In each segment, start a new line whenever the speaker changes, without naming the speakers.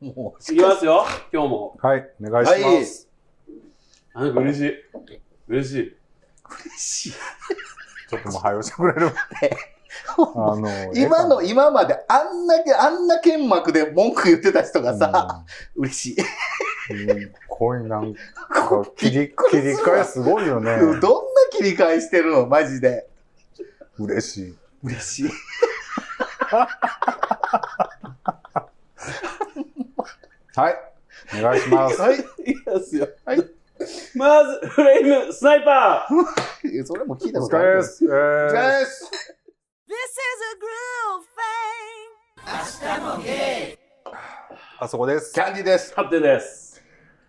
もう、
いきますよ、今日も。
はい、お願いします。
なんか嬉しい。嬉しい。
嬉しい。
ちょっともう早押してくれる。あ の、
今の、今まであんなけ、あんな剣幕で文句言ってた人がさ、嬉しい。
うん、うんこういうなんか切
びっ
り
く
切
り
り
する
替え
わ
すごいよね。
どんな切り替えしてるのマジで。
嬉しい。
嬉しい。
はい、お願いします。
はい。
いきますよ。
はい
まず、フレーム、スナイパー
えそれも聞いた
お
こ
疲
とあ
れ
る。
です。え
お疲
ー
れです。
This is a groove thing.
あそこです
キ。ャンディーです。
勝手です。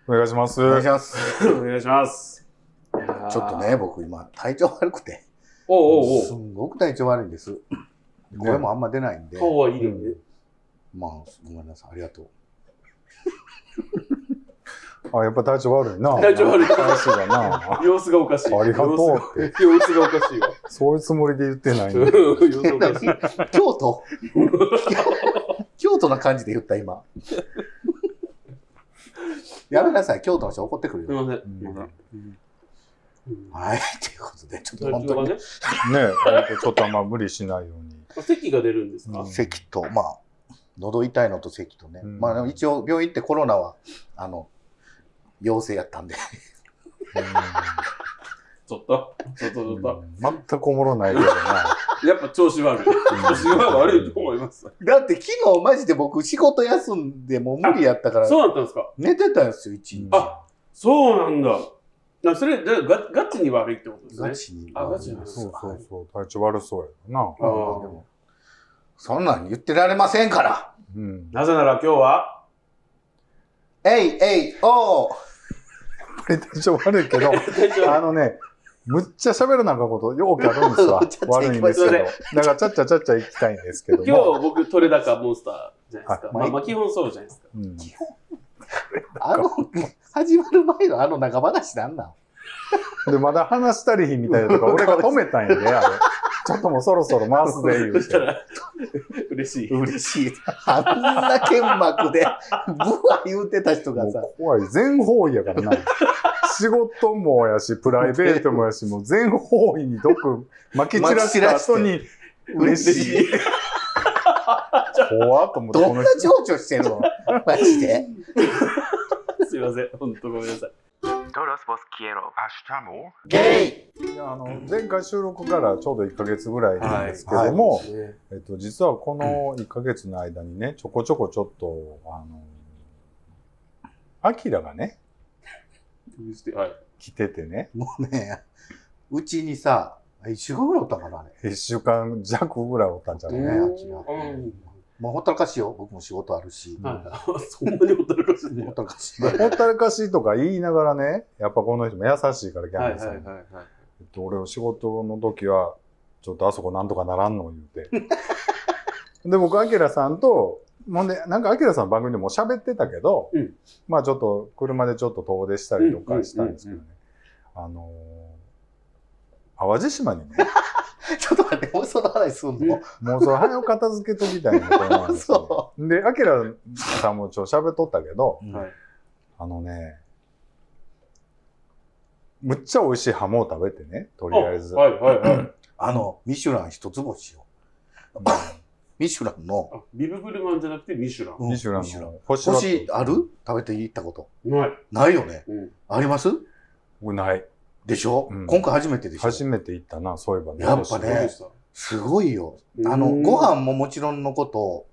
お願いします。
お願いします。
お願いします。いやー
ちょっと。ね、僕今、体調悪くて。
おうお
す
うおうん
ごく体調悪いんです。声もあんま出ないんで。
顔はいいよ
う
ね
ん。
まあ、ごめんなさい。ありがとう。
あ、やっぱ体調悪いな。
体調悪い
話 がな。
様子がおかしい。
ありがとうって。
様子が様子がおかしいわ。
そういうつもりで言ってないのに
うん様子がおかしい。
京 都京都な感じで言った、今。やめなさい。京都の人怒ってく
す
る
い
よ。
ません。
うん
うん
はい。ということで、ちょっと
体
本
調
当
が
に、
ね、
ねえ、ちょっとあんま無理しないように。
咳が出るんですか、
うん
咳と、まあ、喉痛いのと咳とね。
うん
まあ、でも一応、病院ってコロナは、あの、陽性やったんで。
ちょっと、ちょっと、ち
う
ょ
ん
っと。
全くおもろないけどな。
やっぱ調子悪い。調子が悪いと思います。
だって昨日、マジで僕、仕事休んで、もう無理やったから、
そうだったんですか
寝てたんですよ、一日。
あそうなんだ。なそれ、だガガチに悪いってことです
ガ。チに。
ねあガチなんです
そうそうそう、体調悪そうやな。
あー
でもそんなん言ってられませんから。
うん。
なぜなら今日は、
えいえいおー
やっぱり体調悪いけど、
大丈
あのね、むっちゃ喋らなあかんこと、よくあるんですわ
ちゃっ。ちゃ
悪いんですけ
行き
ど。だから、ちゃっちゃちゃっちゃ行きたいんですけど
夫
も。
今日僕、取れ高モンスターじゃないですか。
あ
まあ、まあ、基本そうじゃないですか。
うん
あの、始まる前のあの長話なんなん
で、まだ話したりひんみたいなとか、俺が止めたんやで、あれ。ちょっともうそろそろ回すで、言
そうした
て。
ら、嬉しい。
嬉しい。あんな剣幕で、ブワ言うてた人
も
が
う
さ、
怖い。全方位やからな。仕事もやし、プライベートもやし、もう全方位に毒撒き散らした後に、嬉しい。怖っと思って、
ど
こ
ん
の
な
人。
情緒してるのマジで。
すいません。本当ごめんなさい。
Todos vos quiero.
ゲイ
いやあの前回収録からちょうど1ヶ月ぐらいなんですけども、えっと、実はこの1ヶ月の間にね、ちょこちょこちょっと、あの、アキラがね、
どうしてはい。
来ててね、
もうね、うちにさ、一週間ぐらいおったからね。
1週間弱ぐらいおったんちゃうか
ね
ね。
秋が
うん
もうほったらかしよ。僕も仕事あるし。ほっ
はい。 そんなにおったらかしいんだよ。
たらかし。
ほったらかしいとか言いながらね、やっぱこの人も優しいから、ギャ
は
ン
い
ディ
は
さん
い
も。
はいはい。
えっと、俺の仕事の時は、ちょっとあそこなんとかならんの言うて。で、僕、アキラさんと、もうね、なんかアキラさんの番組でも喋ってたけど、
うん
まあちょっと車でちょっと遠出したりとかしたんですけどね。あのー淡路島にね、
ちょっと待って、もうその話すんの
もうそれ早く片付けときたいなと思うんですよ
そ
で、アキラさんもちょっと喋っとったけど、
はい
あのね、むっちゃ美味しいハモを食べてね、とりあえず。
はいはいはい。
あの、ミシュラン一つ星よ。ミシュランの、
あビブグルマンじゃなくてミシュラン。
うん
ミシュラン
ミシュラン
の星だった
星ある食べて行ったこと。
ない。
ないよね。
うん。
あります
僕ない。
でしょ、
うん
今回初めてでしょ
初めて行ったな、そういえばね。
やっぱね
どうでした
すごいよ。あの、
うん
ご飯ももちろんのこと、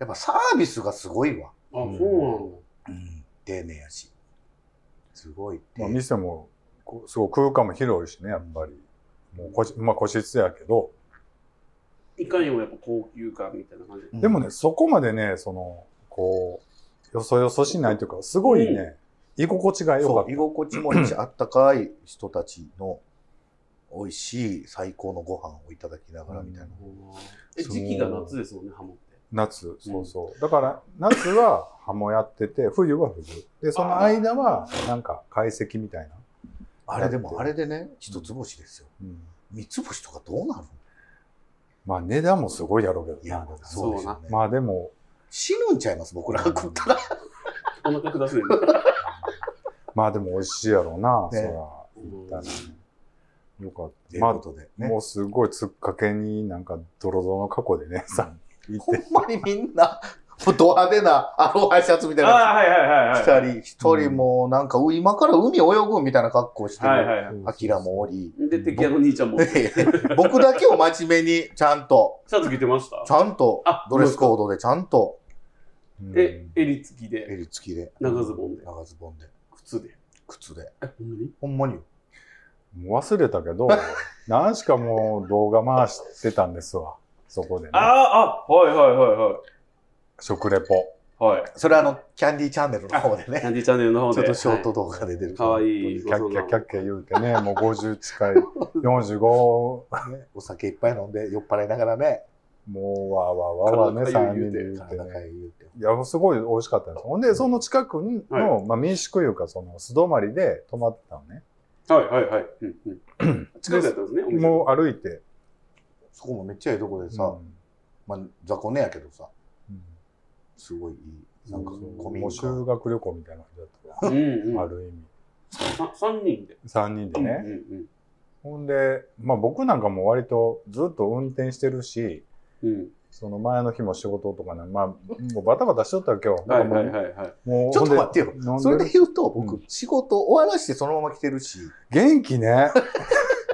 やっぱサービスがすごいわ。
あ、そ
うん。丁寧やし。すごいって。
まあ、店も、こうすごい空間も広いしね、やっぱり。もう個室まあ、個室やけど、
うなんだ。いかにもやっぱ高級感みたいな感じ。
でもね、そこまでね、その、こう、よそよそしないというか、すごいね、居心地が良か
そ
っ
う、居心地もいいし、あったかい人たちの、美味しい最高のご飯をいただきながらみたいな。
え、
そう
時期が夏ですもんね、ハモって。
夏、そうそう。だから、夏はハモやってて、冬は冬。で、その間は、なんか、解析みたいな。
あれでも、あれでね、一つ星ですよ。
うん
三つ星とかどうなるの
まあ、値段もすごいやろうけどな。
そうですよね。
まあ、でも、
死ぬんちゃいます、僕ら食 ったら。
お腹下すね。
まあでも美味しいやろうな、
ね
そら。だねよかっ
とい
た。
うこ
まあ、
とでね。
もうすごい突っかけになんかドロドロの過去でね、さ、行
ほ
っ
ん
て。
まにみんな、もうド派手なアロハシャツみたい
あ
な
あ、はいはいはい
の
はい。
着たり、一人もうなんか、う今から海泳ぐみたいな格好して
はい
る、
はいは
アキラもおり。
い。で、敵屋の兄ちゃんも、シ
僕 だけを真面目に、ちゃんと、
ャツ着てました
ちゃんと
あ、
ドレスコードで、ちゃんと、
うん
え、襟付きで、
襟付きで、
長ズボンで、
長ズボンで、
靴で。
靴で。
え、ほん
ほんま
まに
によ。
もう忘れたけど、何しかもう動画回してたんですわ。そこでね
あ。あ、あ、はいはいは
食レポ。
いはい。はい。
それはあの、キャンディーチャンネルの方で
キャ
ね、
ンディーチャンネルの方
ちょ
で。
っとショート動画で出る。
かわい
キ
い。
ャッキャキャッ
キ
キャ言うてね、もう50近い、45、も
ねお酒いっぱい飲んで、酔っ払いながらね、
うわーわーわーわーね、
体
3
が痒い言
人
うて
で言うて
体が
ね。
言うて。
いや、すごい美味しかったんです。ほんで、その近くの、まあ民宿いうか、その素泊まりで泊まってたのね。
はいはいはい。うんうん。近くだったんですね、お店。
もう歩いて。
そこもめっちゃええとこでさ、
うん
まあ、雑魚寝やけどさ、
うん
すごいいい、なんか、
うん
古
も
民
う
家。
修学旅行みたいな感じだった
うん
わ。あ
うん。
る意味。
さ三人で。
3人で
うんう
ね。
ん
ほんで、まあ僕なんかも割とずっと運転してるし、
うん。
その前の日も仕事とかね、まあ、もうバタバタしとったわけよ。
はいはいはいはい。
もう
ちょっと待ってよ。
よ
それで言うと、
う
僕、仕事終わらしてそのまま来てるし、
元気ね。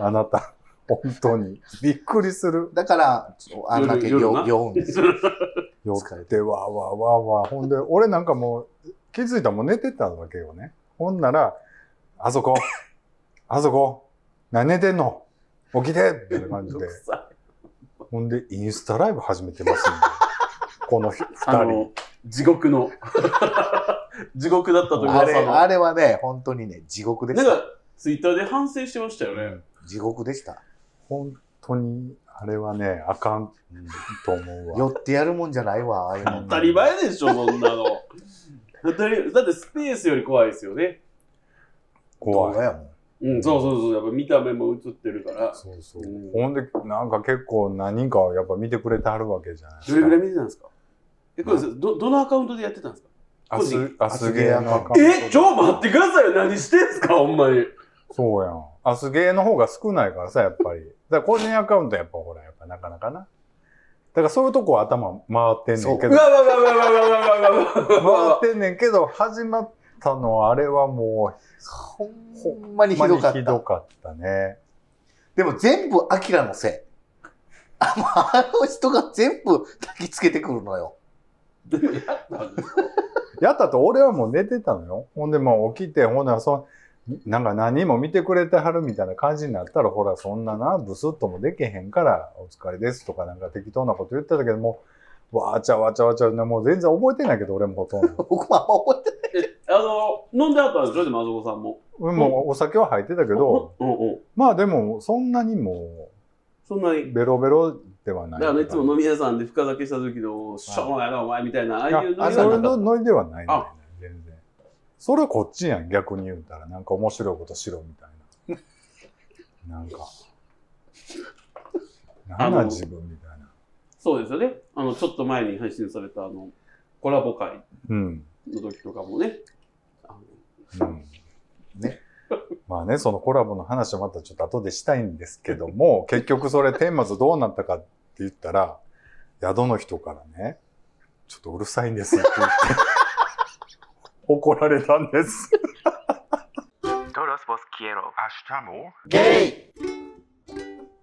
あなた。本当に。びっくりする。
だから、あんだけ
夜
酔
夜な
酔うんですよ。
酔
疲れ
って、わーわーわーわー。ほんで、俺なんかもう、気づいたらもう寝てたわけよね。ほんなら、あそこ、あそこ、何寝てんの起きてみたいな 感じで。
さ
ほんで、インスタライブ始めて ます、ね、この二
あ
人。
の、地獄の。地獄だったと
あれ、
噂の。
あれはね、本当にね、地獄で
な
し
ん
た。
か、ツイッターで反省してましたよね。
地獄でした。
本当に、あれはね、あかんと思うわ。
酔ってやるもんじゃないわ、ああいうの
当たり前でしょ、そんなの。当たりだってスペースより怖いですよね。
動
怖い
画。やもん。
うん、そうそうそう。やっぱ見た目も映ってるから。
そうそうう。
ん
ほんで、なんか結構何人かやっぱ見てくれてはるわけじゃないで
ど
すか。
れぐらい見てたんですかえ、これです、ど、どのアカウントでやってたんですか
あ
個
す
人、
あすげえのアカウント
え、ちょ、待ってくださいよ。何してんすか、ほんまに。
そうやん。アスゲーの方が少ないからさ、やっぱり。だから個人アカウントやっぱほら、やっぱなかなかな。だからそういうとこは頭回ってんねんけ
う
ど、
わうわうわうわうわうわうわうわうわうわ
回ってんねんけど、始まったのあれはもう、
ほんまにひ
ほんま
ど
に
かっ
ひ
た
ど。かったね。
でも全部、アキラのせい。あもうあの人が全部焚きつけてくるのよ。
でもやったんです
やったと俺はもう寝てたのよ。ほんでもう起きて、ほんならその、なんか何も見てくれてはるみたいな感じになったら、ほら、そんなな、ブスッともできへんから、お疲れですとかなんか適当なこと言ってたけども、わーちゃわちゃわちゃ、もう全然覚えてないけど、俺もほとん ど。
僕もあんま覚えてない
えあの、飲んであったんでしょでも、あそこさんも。
俺もお酒は入ってたけど、
うんうん。
まあでも、そんなにも
そんな
う、
に。
ベロベロではない。
だからいつも飲み屋さんで深酒した時の、しょうもないな、お前みたいな、ああいう
あ
飲み
あ
屋さ
それ
んだ
の
っ
ノリではないんだよ
あ
ね、全然。それはこっちやん、逆に言うたら。なんか面白いことしろみたい な。なんか。なん
あ
な
の
自分みたいな。
た。そうですよね。あの、ちょっと前に配信された、あの、コラボ会
うん。
の時とかもね。あの
うん。
ね。
まあね、そのコラボの話はまたちょっと後でしたいんですけど も、結局それ、天末どうなったかって言ったら、宿の人からね、ちょっとうるさいんですって 言って、怒られたんです。
Todos vos quiero.
ゲイ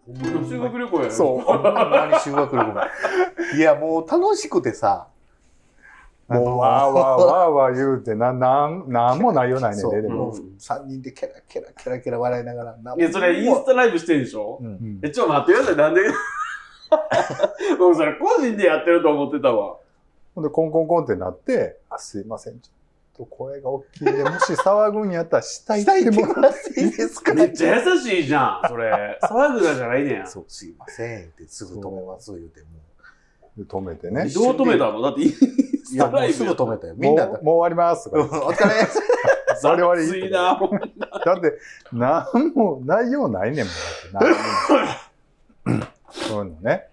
ほんまの修学旅行やね
ほんまに修学旅行が。いや、もう楽しくてさ、
もう、わーわーわーわー言うて、な、なん、なんもないよないね
そ
ん
う
で、で
う
も。
ん
3人でケラケラケラケラ笑いながら、なん
いや、それインスタライブしてんでしょ
うん
え、ちょ、待ってください、なんで 僕それ個人でやってると思ってたわ。
ほんで、コンコンコンってなって、あ、すいません、ちょっと声が大きいんで、もし騒ぐんやったら、下行
下
っ
行
て
って
も
もらって いいですか
めっちゃ優しいじゃん、それ。騒ぐなじゃないねや。
そう、すいませんってすぐ止めます、言うても
止めてね。
どう止めたのだってイン
う。
ス
いや、
タ
も
ライ
う
ブ。
すぐ止めたよ。みんな、う
もうもう終わりますとか
ん
言って。
お疲れです。
我々いい
雑いな。ほんま
だって、なんも、内容ないねんもん。だって何にもそういうのね、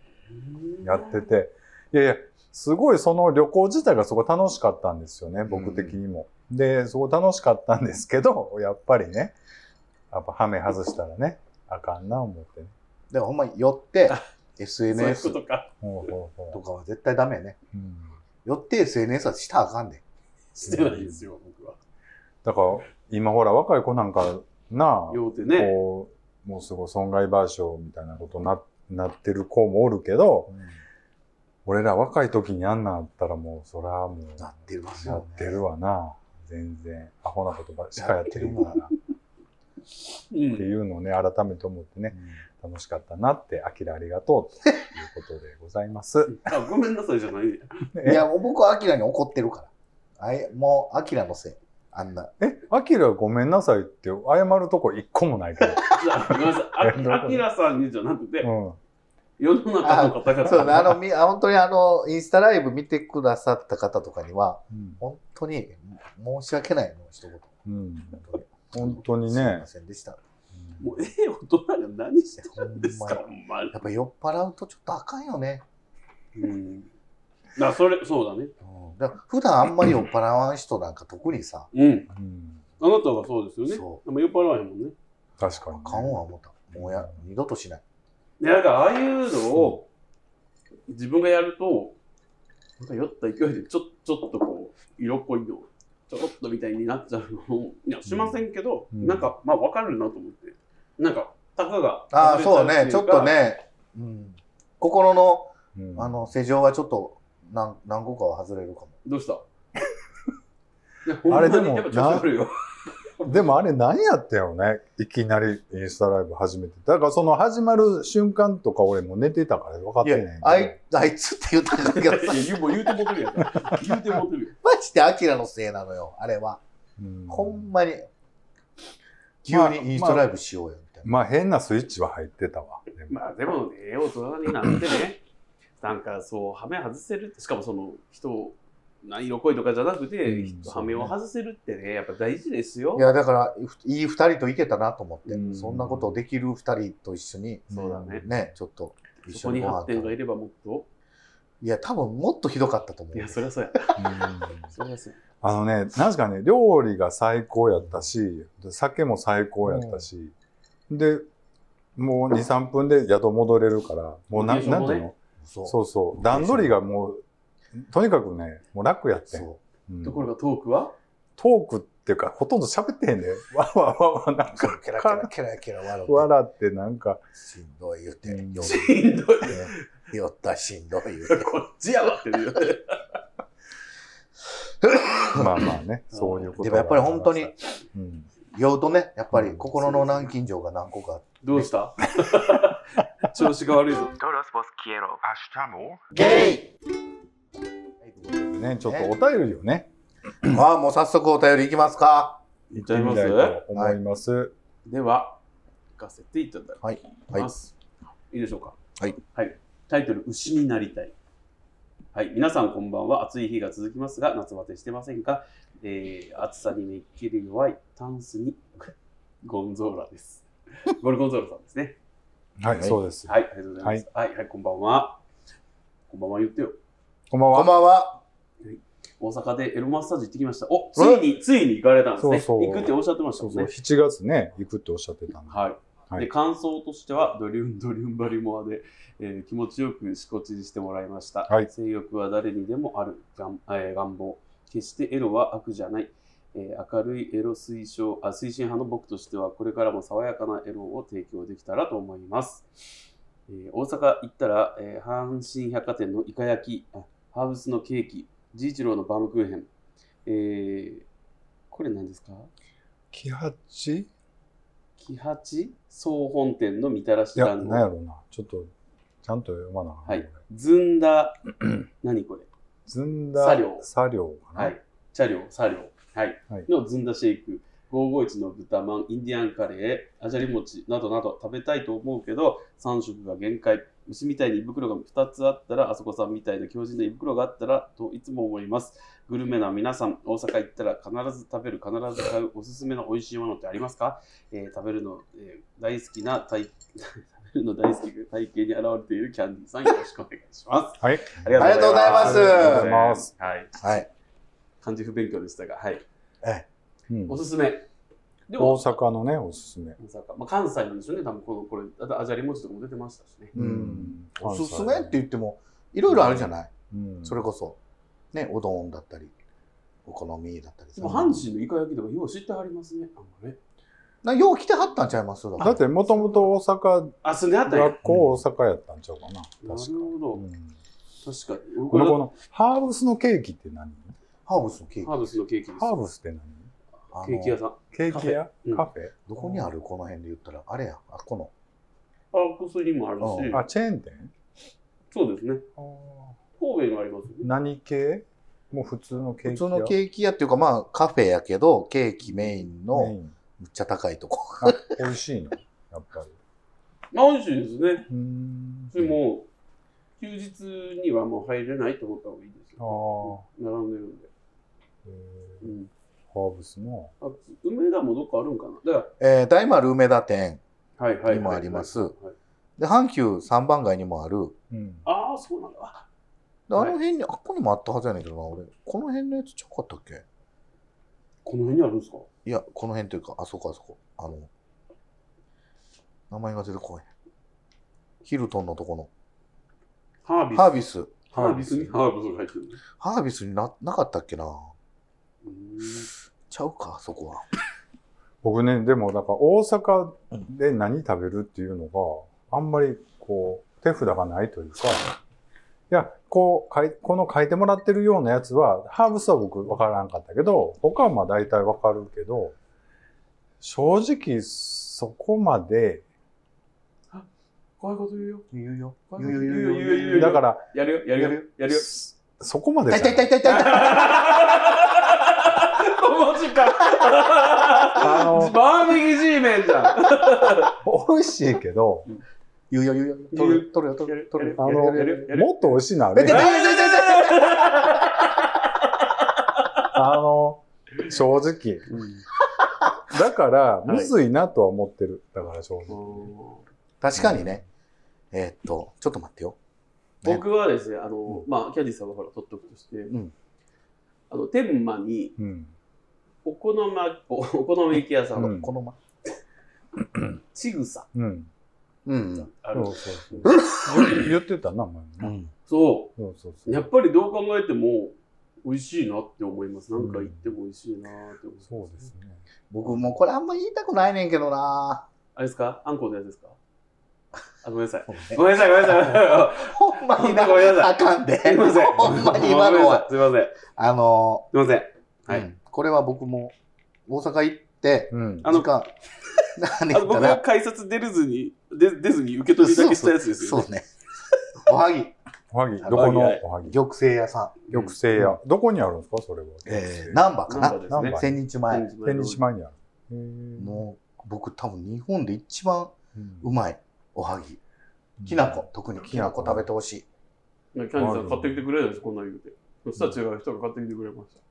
やってて。いやいや、すごいその旅行自体がそこ楽しかったんですよね、僕的にも。で、そこ楽しかったんですけど、やっぱりね、やっぱハメ外したらね、あかんな思ってね。
でもほんまに寄って、
そういうこ
SNS
とか。
ほうほう
と
ほ
かは絶対ダメやね。
う。うん
寄って SNS はしたらあかんで。
してないですよ、僕は。
だから、今ほら、若い子なんか、なあ、
ようてね。
こう、もうすごい損害賠償みたいなことな、なってる子もおるけど、俺ら若い時にあんなんあったらもう、そらもう、
なってます
や
よ
っ、て
ね。
るわな。全然、アホなことばっかやってる
や
か
って
ら。
う
って
ん。
いうのをね、改めて思ってね、楽しかったなって、アキラありがとうということでございます。
あ、ごめんなさいじゃない。
うんいや、もう僕はアキラに怒ってるから。あいもう、アキラのせい。あんな。
え、アキラごめんなさいって、謝るとこ一個もないから。
じゃあごめんなさい あき。あきらさんにじゃなくて、
うん。
世の中の方々。
そうね、あの、みあ 本当にあの、インスタライブ見てくださった方とかには、
うん
本当に申し訳ないの、一言。
うん。
本
本当に
すい
ね
ま。せんでした。
もうええ大人が何して
ほん
るんです
ま
か、
や
ほんまに
っぱ酔っ払うとちょっとあかんよね。
うん。な、それ、そうだね。
うん、だから普段あんまり酔っ払わん人なんか特にさ、
うん。
うん
あなたはそうですよね。
そう
でも酔っ払わへんもんね。
確かに、
あかんわ思った。もうや、二度としない。
で、なんかああいうのを自分がやると、なんか酔った勢いでちょちょっとこう、色っぽいの、ちょろっとみたいになっちゃうのを、いや、しませんけど、
うん
なんか、まあわかるなと思って。なんか、たかが。
ああ、そうね。ちょっと。ね、うん、心の、
うん
あの、施錠はちょっと何、何個かは外れるかも。
ど うしたいやほんまに
あれでも
やっぱ調子悪いよ。
でもあれ何やったよね。いきなりインスタライブ始めて。だからその始まる瞬間とか俺もう寝てたから分かっ
い
て
や
ないんだけど。
あい、あいつって言ったんだけど
いや
さ、
言うもう言うてもてるやん。言うてもてるよ。
マジでアキラのせいなのよ、あれは。
うん
ほんまに。急
まあ
にインスタライブしようよ、みたいな。
まあ変なスイッチは入ってたわ。でも
まあでもね、大人になってね、なんかそう、ハメ外せるって、しかもその人を、な色恋とかじゃなくて、
うん
人ハメを外せるってね、やっぱ大事ですよ
い。や、だから、いい二人といけたなと思って、
うん
そんなことできる二人と一緒に、
そうだね。
ね、ちょっと一
そ
緒
こ
に
に
ご
発
飯
展
食
が
べ
いればもっと。
いや、多分もっとひどかったと思う。
いや、そりゃそうや。
うん
そりゃそうや。
あのね、確かね、料理が最高やったし、酒も最高やったし、で、もう2、3分で宿戻れるから、もうな
ロケーション
んなん
も
て
ね
いうの
そう。
そうそう。段取りがもう、とにかくね、もう楽やってん。
そ
うん
ところがトークは
トークっていうか、ほとんど喋ってへんで、 わわわわ、な
う。
んか、
ケラケラケラケラ笑って。
笑って、なんか、
しんどい言うて、
うん
酔っ
しんどい。
て酔ったしんどい言 うて。
こっちやわってるよ。
まあまあね、そういうこと
でもやっぱり本当に
うん。
酔うとね、やっぱり心の軟禁状が何個かあって。
どうした 調子が悪いぞ。
Todos vos quiero.
ゲ
ね、ちょっとお便りをね、
イああ、もう早速お便りいきますか。
いっ
ちゃいます
てみたいと思います。
では、行かせていただき
はい。はい
ま。す。い、いでしょうか。
はい。
はい。タイトル、牛になりたい。はい。皆さんこんばんは。暑い日が続きますが、夏バテしてませんか、えー、暑さにめっきり弱い、タンスに、ゴンゾーラです。ゴルゴンゾーラさんですね。
はい、
はい
そうです。
はい。ありがとうございます。はい。はい、こんばんは。こんばんは言ってよ。
こんばん
こん
は。
ばんは。
大阪でエロマッサージ行ってきました。お、ついに、ついに行かれたんですね。
そうそう
行くっておっしゃってました
そ
も
うんそう、
ね。
7月ね、行くっておっしゃってたんで。
はい。
はい
で感想としては、ドリュンドリュンバリモアで、えー気持ちよくしこちりしてもらいました。
はい
性欲は誰にでもある願,、えー願望。決してエロは悪じゃない。えー明るいエロ推奨あ、推進派の僕としては、これからも爽やかなエロを提供できたらと思います。えー大阪行ったら、えー阪神百貨店のイカ焼き、あハウスのケーキ、ジイチローのバームクーヘン。えーこれ何ですか
キハチ
喜八総本店のみたらし
いや、
団
なんや
子。
ろうな。ちょっと、ちゃんと読まなあかんな
はいずん だ、何これ
ずんだ、
茶寮
茶寮かな。
はい。茶寮、茶寮。はい。
はい
のずんだシェイク、551の豚まん、インディアンカレー、あじゃり餅などなど食べたいと思うけど、3食が限界。虫みたいに胃袋が2つあったら、あそこさんみたいな強靭な胃袋があったら、といつも思います。グルメな皆さん、大阪行ったら必ず食べる、必ず買う、おすすめの美味しいものってありますか、えー食べるの、えー大好きな体、 ルの大好きが体型に現れているキャンディーさん、よろしくお願いします。
はい。
あ
ありがとうございます
ありがとう
ございます。
はい。
はい。
漢字不勉強でしたが、はい。
うん
おすすめ。で
大
も、
阪のね、おすすめ。
大阪。まあ、関西なんでしょうね、多分この、これ、あとアジャリ文字とかも出てましたしね。
うんお
関西
すすめって言っても、いろいろあるじゃない、
うん
それこそ、ね、おどんだったり、お好みだったりさ
でも、阪神のイカ焼きとか、よう知ってはりますね。あんまね。
なよう来てはったんちゃいますだ
だって、もともと大阪、
あ、住んであったんや。なる
学校大阪やったんちゃうかな。
ほ
確か。う
ど。
ん
確かに。
こ
僕
のこ
は
のハーブスのケーキって何
ハーブスのケーキ。
ハーブスのケーキです。
ハーブスって何
あの
ケーキ屋さん。あ、
ケーキ屋
うん
カフェ
どこにあるこの辺で言ったら、あれや、あこの。
薬もあるし。
あ、チェーン店
そうですね。神戸にもありますよね。
何系もう普通の
普
ケーキ屋
通のケーキ屋っていうか、まあ、カフェやけど、ケーキメイン
メイ
の、
ン
むっちゃ高いとこ。
あ美味しいのやっぱり。
まあ、美味しいですね。
うーん
でも、休日にはもう入れないと思った方がいいです
あ
よ。並んでるんで。
ー、え
う
ー
ん。
ハーブスの。
あ、梅田もどっかあるんかな。だか
えー、大丸梅田店。
ら、はいはいはい。
にもあります
はい
で、阪急三番街にもある。
うん。
ああ、そうなんだ。あ
であの辺に、あっこにもあったはずやねんけどな、俺。この辺のやつちゃうかったっけ
この辺にあるんですか
いや、この辺というか、あそこあそこ。あの、名前が出てこない。ヒルトンのとこの。
ハービス。
ハービス。
ハービスにハーブスが入ってるんだ。
ハービスにな、なかったっけな。
うー
ちゃうか、あそこは。
僕ね、でもなんか大阪で何食べるっていうのが、あんまりこう、手札がないというか、いや、こう、かいこの書いてもらってるようなやつは、ハーブスは僕分からんかったけど、他はまあ大体分かるけど、正直そこまで、
ん怖いこと言うよ。
言うよ。
怖い
言
こ
う
と
よ、
言
言う
う
よ、言
よ言
う
うよ言
よ
う。よ。
だから、
やるよ、やるよ、やるよ。
そそこまで
痛い痛い痛い痛い痛い。
マジ か。
あの、
バーベキュー G メンじ ゃん。
美味しいけど、
言うよ、言うよ。取る、取るよ、取るよ、取る
あ
よ。
やる
の、
やるやる
もっと美味しいのあ
え、
る
痛い
やん
痛い痛い痛い痛い
あの、正直。だから、むずいなとは思ってる。だから正直。
確かにね。えーっと、ちょっと待ってよ。ね
僕はですね、あの、まあ、キャディさんはほら、取っとくとして
ん、
あの、天満に、
うん。
お好み、おお好み焼き屋さ、
うんん
このま。
ちぐさ。
うん。
うん。
あ
そう
る
そうそう。言言ってたな、前も
う
ね。
ん。
そう。
そうそうそう。
やっぱりどう考えても美味しいなって思います。なんか行っても美味しいなって思います。
そうですね。
僕もうこれあんま言いたくないねんけどな
あれですかあんこのやつですかあ、ごめんなさい。ごめんなさい、ごめんなさ
ほんまにな、
ごめんなさ
あ
い
かんで。
い。すいません。
ほんまに今のは。
ごめんなさい
あの
すいません。すいま
ー、
せん。はい
うんこれは僕も、大阪行って、
うん。
あの
時間、何
あ
や
の
った
僕が
ら、
改札出るずに、出出ずに受け取りだけしたやつですよ
そ
ね。
うね。おはぎ、
おはぎ、どこの
おはぎ
おはぎ
玉製屋さん。
玉製屋。どこにあるんですかそれは。
えー、難波かな。
ナンバーです
千
ね。
日前。
天日前にある。へー
もう、僕多分日本で一番うまいおはぎ。
うん
きなこ、特にきなこ食べてほしい。
前。キャンディーさん買ってきてくれないです、こんなん言うて。そしたら違う人が買ってきてくれました。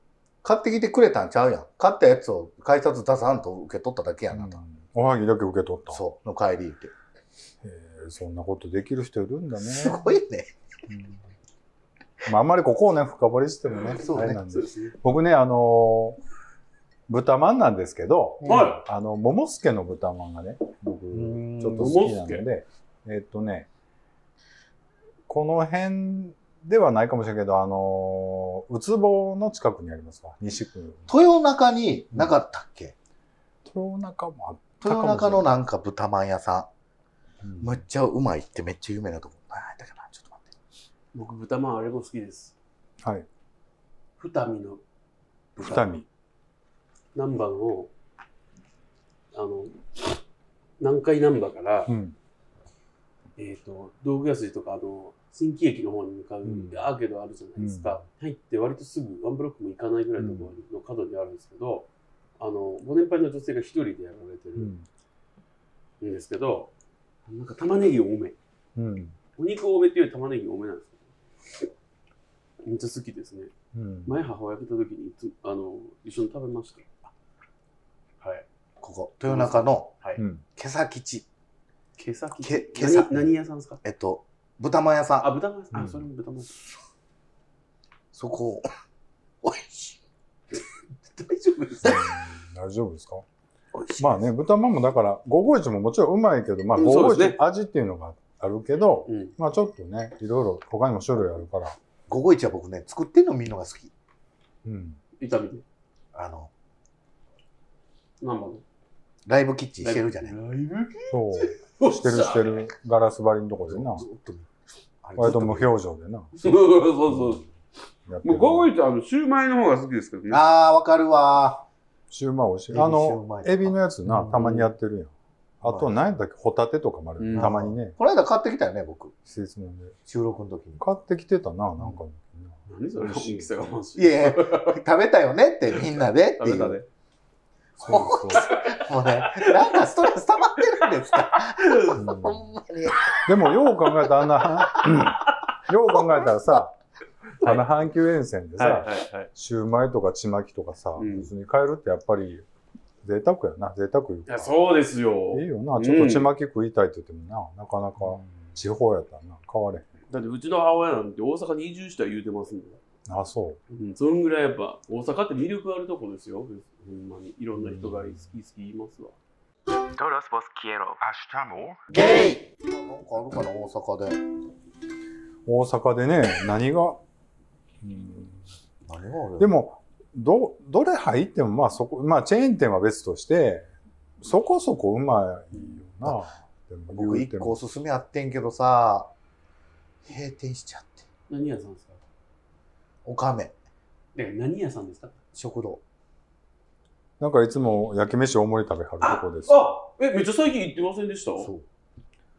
買ってきてくれたんちゃうやん。買ったやつを改札出さんと受け取っただけや
う
なと。
んおはぎだけ受け取った。
そう、の帰りって。
へーそんなことできる人いるんだ ね。
すごいね。
うんまあ、あんまりここをね、深掘りしてもね、
そうね
あれなんで
そうですね。
僕ね、あのー豚まんなんですけど、
は
あの、桃助の豚まんがね、僕、
うん
ちょっと好きなので、えっとね、この辺ではないかもしれないけど、あのー、うつぼの近くにありますわ、西区。
豊中になかったっけ
豊中もあったか
豊
もしれない。
中のなんか豚まん屋さ
うん
ん。めっちゃうまいってめっちゃ有名なとこ。あーだけどな、ちょっと待って。
僕、豚まんあれも好きです。
はい。
二見の
二見。
難波の、あの、南海難波から、
うん。
えっ、と、道具屋筋とか、あの、新規駅の方に向かう、
うん
アーケードあるじゃないですか。入って割とすぐ、ワンブロックも行かないぐらいのところの角にあるんですけど、あの、ご年配の女性が一人でやられて
う
る
ん。
んですけど、なんか玉ねぎ多め。
うん。
お肉多めっていうより玉ねぎ多めなんですけど、めっちゃ好きですね。
うん。
前母親来た時にいつ、あの、一緒に食べました。はい。
ここ、豊中の
はい。
うん
毛先地。
毛先
け毛
何
先
何屋さんですか
えっと、豚まん屋さん。
あ、豚まん屋さん。
う
あ、
ん
それも豚まん屋さ
そこ、 おいしい。
ん。 大丈夫ですか
大丈夫ですか
おいしい。
まあね、豚まんもだから、551ももちろんうまいけど、まあ、
うんそうですね
551味っていうのがあるけど、
うん。
まあちょっとね、いろいろ他にも種類あるから、
551は僕ね、作ってんの見るのが好き。
うん。
痛みで。
あの、
何番
ライブキッチンしてるじゃない。
ライブ
そう。
おっ
してるしてる、ガラス張りのとこでな、
ずっと見るあれ
割と
ずっ
無
見る
表情でな、
そうそうそう。
やって
も
る
う。551、あの、シューマイの方が好きですけどね。
あー、わかるわ
シューマイ美味しい。
エビ
あ
シューマイ
の
と、か
エビのやつな
う、ん
たまにやってるやん。あと、
はい
何やったっけ、ホタテとかもあ
う
る。
ん
たまにね
ー。、この間買ってきたよね、僕。
季節もんで。
収録の時に。
買ってきてたな、なんか。
何それ、大きさが欲し
いやいや、食べたよねって、みんなでって
食
い
べた
う。
ね。
そうそうもうね、なんかストレス溜まってるんですか
う ん
ほんまに。
でも、よう考えたら、あんな、 うんよう考えたらさ、あの阪急沿線で
はいは
さ、
いはい。
シューマイとかちまきとかさ、
うん
別に買えるってやっぱり贅沢やな、贅沢いう
い
か
や、。そうですよ。
いいよな、ちょっとちまき食いたいって言ってもな、なかなか地方やったらな、買われへ
だってうちの母親なんて大阪に移住した言うてますもん。
ん。あ、そう。
うん、そんぐらいやっぱ大阪って魅力あるとこですよ。ほんまに。いろんな人が好き好き言いますわ。
Todos vos quiero. Ashtamo.
ゲイなんかあるかな、大阪で。
大阪でね、何が、うん
何がある
で、も、ど、どれ入っても、まあそこ、まあチェーン店は別として、そこそこうまいよな。でも
僕
言うて
一個
も
おすすめあってんけどさ、閉店しちゃって。
何屋さんですか
おかめ、
だから何屋さんですか
食堂。
なんかいつも焼き飯大盛り食べはるとこです。
あえ、めっちゃ最近行ってませんでした
そう。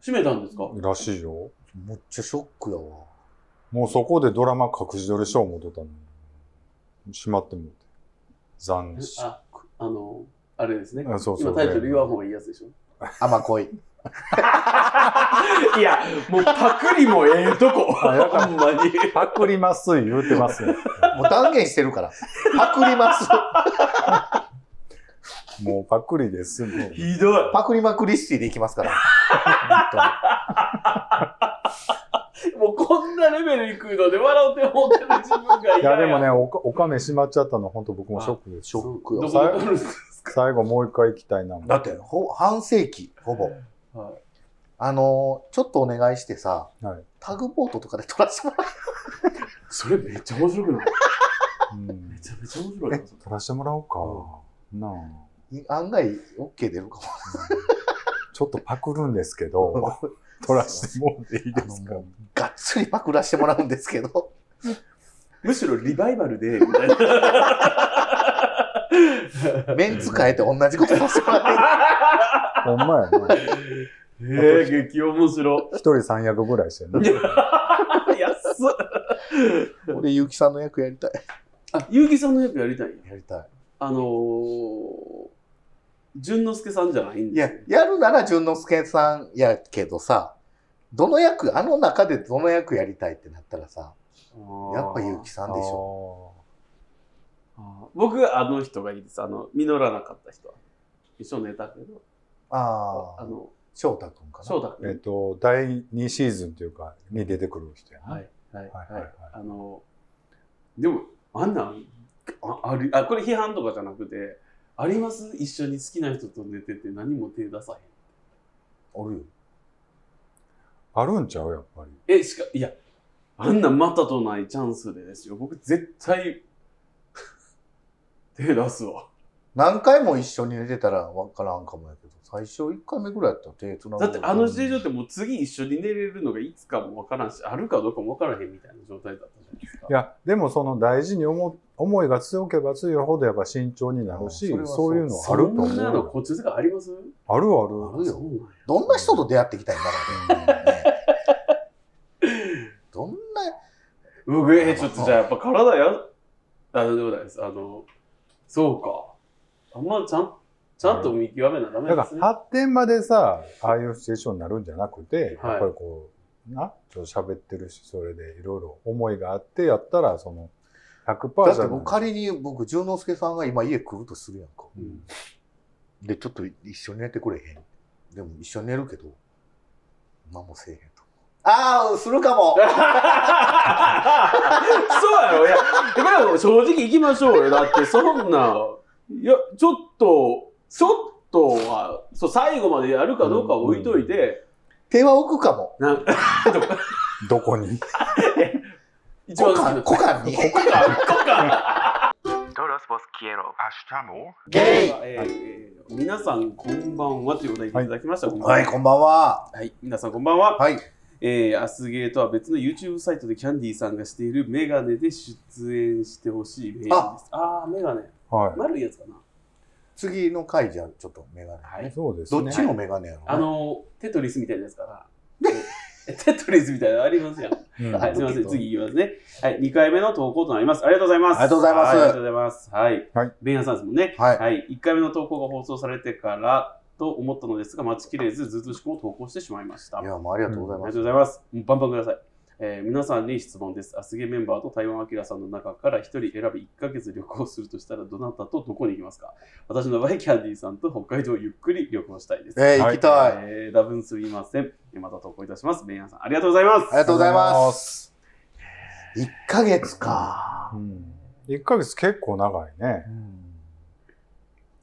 閉めたんですから
しいよ。
めっちゃショックやわ。
もうそこでドラマ隠し撮り賞も取ったのに。閉まってもうて。残念。
あ、あの、あれですね。
あそうそう
今タイトル言わん方がいいやつでしょ。
甘濃い。
いや、もうパクリもええとこ。
あやっぱ
ほんまに。
パクります言うてますね。
もう断言してるから。パクります。
もうパクリです。もう
ひどい。
パクリマクリスティでいきますから。本
もうこんなレベルいくので笑うてもうてる自分が嫌
いや、でもね、おかおかめ閉まっちゃったの、本当僕もショックです。
ショックよ
どこで撮るんです
最後もう一回行きたいな。
当だって、ほ半世紀、ほぼ。
かはい
あのーちょっとお願いしてさ、
はい
タグボートとかで撮らせてもらっ
それめっちゃ面白くない
うん
め。ちゃめちゃ面白いな。それ
撮らせてもらおうか。なあ。
て案外、OK 出るかも。
ちょっとパクるんですけど、 撮らせてもらっていいですか
あのがっつりパクらしてもらうんですけど、
むしろリバイバルで、み たいな。
メンツ変えて同じことさせてもらっていい
ほんまやな。
ええ、激面白。
一人三役ぐらいしてね。
安っ。
俺、ゆうきさんの役やりたい。
あ、ゆうきさんの役やりたいんや
やりたい。
あのー、淳之介さんじゃないん
い
で
や、やるなら淳之介さんやけどさ、どの役、あの中でどの役やりたいってなったらさ、やっぱゆうきさんでしょ。
あー僕、あの人がいいです。あの、実らなかった人は。一緒寝たけど。
あ
あ
あ、
の、
翔太くんかな。
翔太
えっ
君。
と、第2シーズンというか、に出てくる人やな。
はい、はい、
はいはい
は
はいい。
あの、でも、あんなん、あありあこれ批判とかじゃなくて、あります一緒に好きな人と寝てて何も手出さ
おるよ。
あるんちゃうやっぱり。
へん。え、しか、いや、あんなんまたとないチャンスでですよ。僕、絶対、 手出すわ。
何回も一緒に寝てたらわからんかもやけど、最初1回目ぐらいやったら手つなぐ
だって、あの時点ってもう次一緒に寝れるのがいつかもわからんし、あるかどうかもわからへんみたいな状態だったじゃないですか。
いや、でもその大事に思思いが強ければ強いほどやっぱ慎重になるし、
あそれはそう
そういうのはあ
そ
ると
ん
思う
なのこ
よ。
っちがあります
あるあ
あ
る。
る
そ
よ
うなんや
どんな人と出会ってきたいんだろう ね。どんな、
うぐえ、ちょっとじゃあやっぱ体や、あの、でもないです。あの、そうか。あんまちゃん、ちゃんと見極めなダメ
だ
で
か
すね。
ら発展までさ、ああいうシチュエーションになるんじゃなくて、
はい
やっぱりこう、な、ちょっと喋ってるし、それでいろいろ思いがあってやったら、その、100%
だっ
じ
て
ゃない
僕仮に僕、淳之介さんが今家来るとするやんか。
うん
で、ちょっと一緒に寝てくれへん。でも一緒に寝るけど、何もせえへんと。ああ、するかも
そうやろいや、これは正直行きましょうよ。だって、そんな、いや、ちょっと、ちょっとは、そう、最後までやるかどうかは置いといて、
手は置くかも。
なんか、
どこに
股間、股間
一番好きな
に。
股間股間
Todos vos quiero. Hasta more.
ゲイ
えーえー皆さん、こんばんはということでいただきました。こんばんは
はい、こんばんは。
はい、皆さんこんばんは。
はい。
えー、アスゲーとは別の YouTube サイトでキャンディーさんがしているメガネで出演してほしいメールです。
あ
あー、メガネ。
は
丸いやつかな。
次の回じゃ、ちょっとメガネね。
はい
い。そうですね。
どっちのメガネやろうね
あの、テトリスみたいなやつかな。え テトリスみたいなのありますやん。
うん
はい、すみません。次いきますね。はい、2回目の投稿となります。ありがとうございます。
ありがとうございます
はありがとうございます。はい。
はい
ベンヤさんですもんね。
はい
はい。1回目の投稿が放送されてからと思ったのですが、待ちきれず、ずうずうしくも投稿してしまいました。
いや、もうありがとうござい
あ
ま
りが
す。
とうございます。もうバンバンください。えー皆さんに質問です。アスゲメンバーと台湾アキラさんの中から1人選び1ヶ月旅行するとしたらどなたとどこに行きますか私の場合、キャンディーさんと北海道をゆっくり旅行したいです。
えー、
は
行
い
きたい。
えー多分すみません。また投稿いたします。ベンヤさん、ありがとうございます。
ありがとうございます。
す。
1ヶ月か。
うん。1ヶ月結構長いね。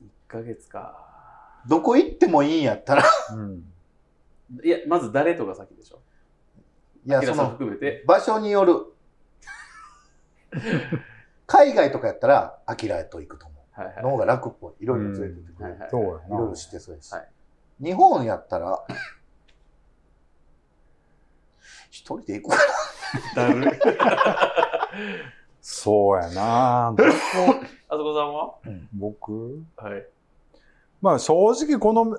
1ヶ月か。
どこ行ってもいいんやったら。
うん。
いや、まず誰とが先でしょ。
い
ア
や、
キ
そ
ラさん
の、
含めて。
場所による。海外とかやったら、アキラと行くと思
はいは
う。
い。
の
は
方が楽っぽい。いろいろ連れてってく
い
れる。
はい
そうや
いろいろ
な。
知ってそうやし
はい。
日本やったら、一人で行くかな。
だ るい
そうやな。
あそこさんは
僕
はい。
まあ正直この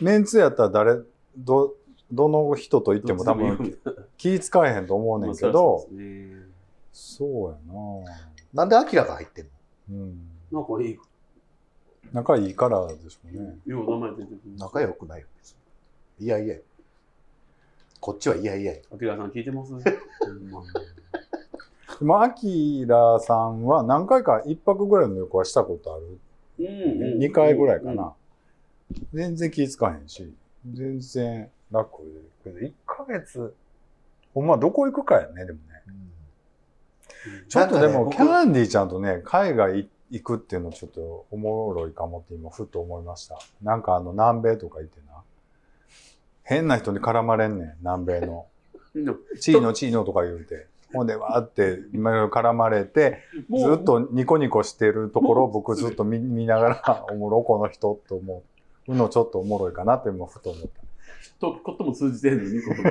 メンツやったら誰、ど、どの人と言っても
ど
多
っちでもいい
分気使えへんと思うねんけ
まあそ
ど、
うですね
そうや
なんでアキラが入ってんの
な。うん。
なんかいい
仲いいからでしょうね。
よう名前出てくる。
仲良くないよ。別にいやいや。こっちはいやいや。
アキラさん聞いて ます
まあ、アキラさんは何回か一泊ぐらいの旅行はしたことある。
うんうん
2回ぐらいかな。全然気ぃつかへんし、全然楽で。けど、1ヶ月。ほんま、どこ行くかやね、でもね。ちょっとで
なんか
も、
ね
キャンディーちゃんとね、海外行くっていうのちょっとおもろいかもって今、ふと思いました。なんかあの、南米とか行ってな。変な人に絡まれんねん、南米の。
うん。で
チーノ、チーノとか言うて。ほんで、わーって、今絡まれて、
も
ず
もう
っとニコニコしてるところを
もう
僕ずっと見見ながら、 おもろこの人と思うのちょっとおもろいかなって今ふと思っ
とことも通じてるのに言葉
た。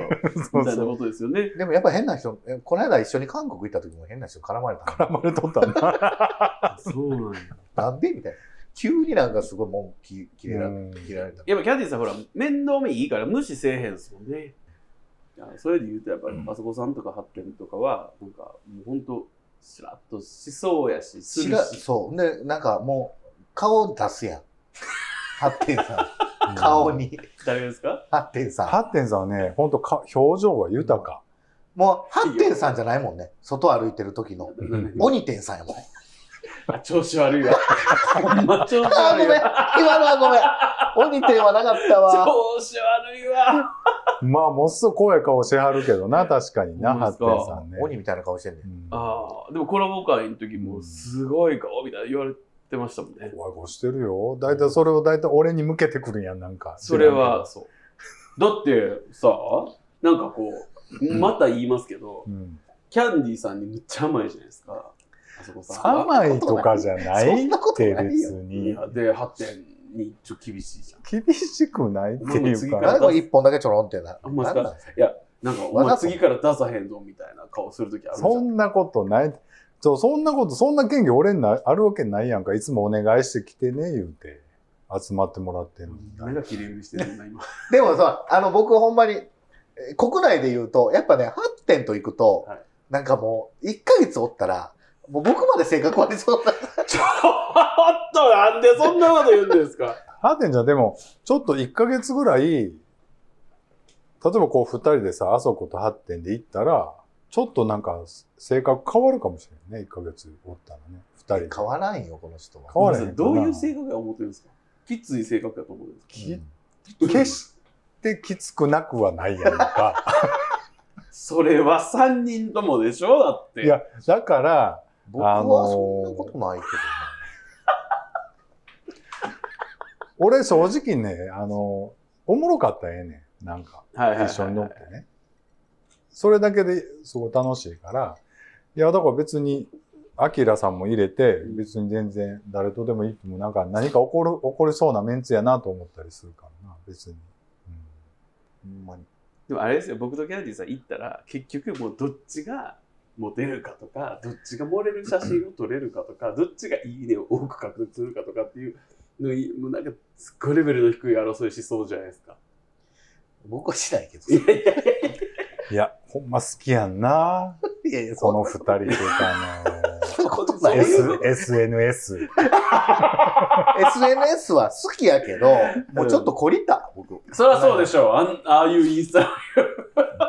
みたいなことですよね。
でもやっぱ変な人、えこの間一緒に韓国行った時も変な人絡まれた
絡まれとったな。
あそうなんや。
の。 なんでみたいな。急になんかすごい文句切れら
うん
切られた。
やっぱキャディーさんほら、面倒見いいから無視せえへんっすもんね。いやそれで言うとやっぱり、あそこさんとか発展とかは、なんかもうほんと、しらっとしそうやし、す
知
る
ら
し。
そう。で、なんかもう、顔出すやん。 発展さん。顔に。
誰ですか
発展さん。
ハッテンさんはね、ほんとか表情が豊か。
もう、発展さんじゃないもんね。外歩いてる時の。
ん
鬼天さんやもん。
あ調子悪い わ。ほんま調子
あー、
悪
ごめ
い
ん。
わ。
今のはごめん。鬼天はなかったわ。
調子悪いわ。
まあ、もっそ怖い顔してはるけどな、確かにな、
ほん
ハ
ま
ッ
ですか
テンさんね。
鬼みたいな顔してんね
う。ん
ああ、でもコラボ会の時も、すごい顔みたいな言われてましたもんね。
怖い顔してるよ。だいたいそれをだいたい俺に向けてくるんやん、なんか。
それは、そう。だってさ、なんかこう、また言いますけど
う、ん。
キャンディーさんにむっちゃ甘いじゃないですか。あそこさんは。
甘いとかじゃないっ
そん
て
なことない
別
よ
い
に。
や、で、8点にちょっと厳しいじゃん。
厳しくないって
もう
い
次
う
か
から
なんでこれ一本だけちょろんってな。
ほんまです
な
か
んなんですか
なんか、お
わ
前
ざと
次から出さへんぞみたいな顔する時あるじゃ
そ
ん。
んなことない。そうそんなこと、そんな権利俺になあるわけないやんか。いつもお願いしてきてね、言うて。集まってもらってんのに。
目が切れ売りしてるんだ、今。
でもさ、あの、僕ほんまに、えー国内で言うと、やっぱね、8点と行くと、
はい
なんかもう、1ヶ月おったら、もう僕まで性格悪そうな。
ちょっと、なんでそんなこと言うんですか。
ハーテンじゃんでも、ちょっと1ヶ月ぐらい、例えばこう二人でさ、あそことハッテンで行ったら、ちょっとなんか性格変わるかもしれないね。1ヶ月おったらね。二人で。
変わらんよ、この人は。
変わらへんかな
どういう性格が思ってるんですかきつい性格だと思うんですか
き
うん
決しってきつくなくはないやんか。
それは3人ともでしょだって。
いや、だから、
僕はそんなことないけ
俺正直ね、あの、おもろかったらええねん。なんか、
はいはいはい、
一緒に乗ってね。それだけですごい楽しいから。いや、だから別に、アキラさんも入れて、別に全然誰とでもいいとも、なんか何か起こる、起こりそうなメンツやなと思ったりするからな、別に。
どな。ほんまに。
でもあれですよ、僕とキャンディーさん行ったら、結局もうどっちがモテるかとか、どっちが漏れる写真を撮れるかとか、どっちがいいねを多く獲得するかとかっていうのに、もうなんかすっごいレベルの低い争いしそうじゃないですか。
僕はしないけど
いやいやいや
うん。いや、ほんま好きや んな。
いやいや、
こ
そ
の
の
二人というか、
そんなこと
あ
ない
の、
です
そういうこ、
S SNS。
SNS は好きやけど、もうちょっと懲りた、僕。
そりゃそうでしょう、あんああいうインスタ。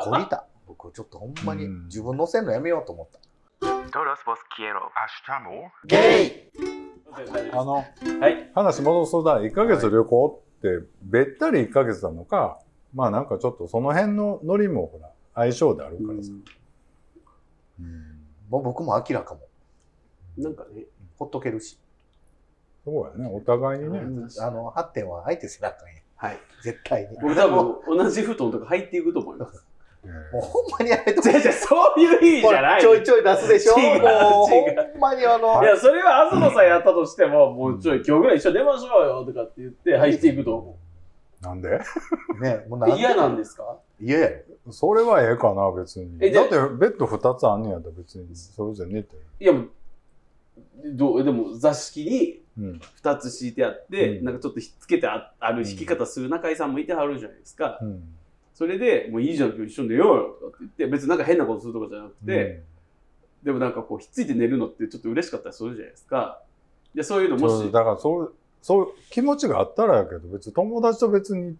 懲りた。僕、ちょっとほんまに
うん
自分乗せんのやめようと思った。
Todos vos quiero. Hasta mo.
ゲイ
あの、
はい
話戻すとだ、1ヶ月旅行って、べったり1ヶ月なのか、まあなんかちょっとその辺のノリもほら、相性であるからさ。うん
もう僕も明らかも。
なんかね、
ほっとけるし。
そうやね、お互いにね。
うん
あの、発展は相手せなあかんや。
はい。
絶対に。
僕多分同じ布団とか入っていくと思います。
もうほんまにやめてほし
じゃ
い
じゃそういう意味じゃない。
ちょいちょい出すでしょ
違う
もうほ
違うん
まにあの
い、や、それは東さんやったとしても、もうちょい、今日ぐらい一緒に出ましょうよとかって言って入っていくと思
なんで
ね、もう
う。嫌なん
で。
ですか
嫌やろ。
それはええかな、別に。だ
え
っ
で
てベッド2つあんねやったら別に、それぞれ寝て。
いや、もうどう、でも座敷に
うん。
2つ敷いてあって、
うん
なんかちょっとひっつけてあある引き方する中井さんもいてはるじゃないですか。
うん。
それでもういいじゃん、今日一緒に寝ようよとかって言って、別になんか変なことするとかじゃなくて、でもなんかこう、ひっついて寝るのってちょっと嬉しかったりするじゃないですか。で、そういうの
うん、
も
そう
し、
だからそう、そう、気持ちがあったらやけど、別に友達と別に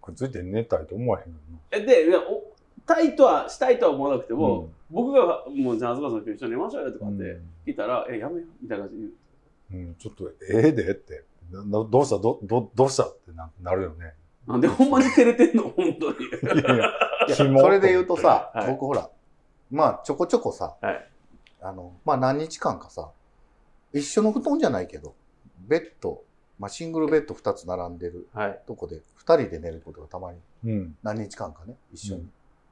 くっついて寝たいと思わへんよな。
えで、いやおしたいとは、したいとは思わなくても、
うん
僕が、もうじゃあ東さん今日一緒に寝ましょうよとかって、
うん
聞いたら、え、やめよ、みたいな感じで言う。
うん、ちょっとええでって。ななどうしたどどどうしたってななるよね。
なんでほんまに照れてんの本当に。
いやいや
いや
キモ
それで言うとさ、
はい
僕ほら、まあちょこちょこさ、
はい
あの、まあ何日間かさ、一緒の布団じゃないけど、ベッド、まあシングルベッド2つ並んでる
はい。
とこで、2人で寝ることがたまに
うん。
何日間かね、一緒
う
に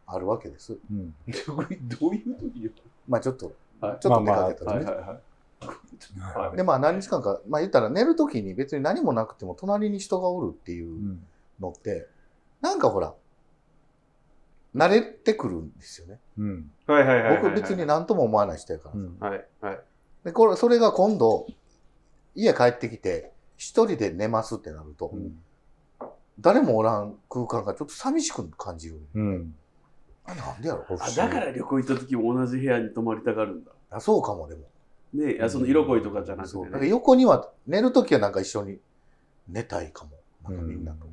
あるわけです。
うん。。
どういう時よ。
まあちょっと、
はい
ちょっと出かけたらね。
はいはいははい
でまあ何日間か、まあ言ったら寝るときに別に何もなくても隣に人がおるっていううんのって、なんかほら、慣れてくるんですよね。
うん。
い。はいはい
僕別に。何とも思わない人やから
う
さ。
ん。
はいはい。
で、これ、それが今度、家帰ってきて、一人で寝ますってなると、
うん
誰もおらん空間がちょっと寂しく感じる。
うん。
あなんでやろ
不思
あ
議
だから旅行行った時も同じ部屋に泊まりたがるんだ。
あそうかも、でも。
ねいやその色恋とかじゃなくて
そう。
ね、
だから横には、寝るときはなんか一緒に寝たいかも。なんかみんなと。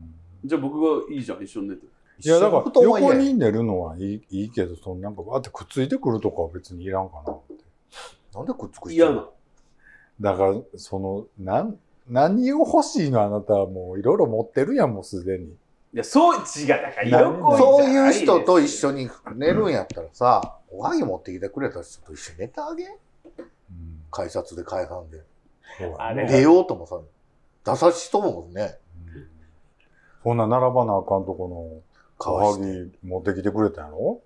じゃあ僕がいいじゃん、一緒に寝て。
いや、だから
一緒の布団は嫌
横
や
に寝るのはいいいいけど、そのなんかわーってくっついてくるとかは別にいらんかなって。
なんでくっつく必要
嫌な。
だから、その、なん、何を欲しいのあなたはもういろいろ持ってるやん、もうすでに。
いや、そう、違う。だから色恋じゃ
な
なんい
で
です
そういう人と一緒に寝るんやったらさ、おはぎ持ってきてくれた人と一緒に寝てあげん
うん。
改札で解散で。
そうや
あれ
ね
出ようともさ、出さしともね、
うんそんな並ばなあかんとこの、
か
お
わ
は
して。
ぎ持ってきてくれたやろ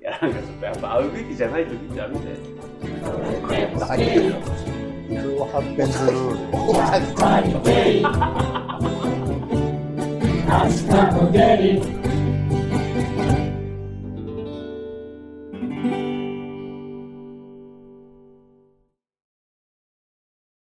いや、なんかちょっとやっぱ会うべきじゃない時ってあるんじゃないですか。
ないよ。
普通は発展する。
大谷さん
Hasta spaghetti.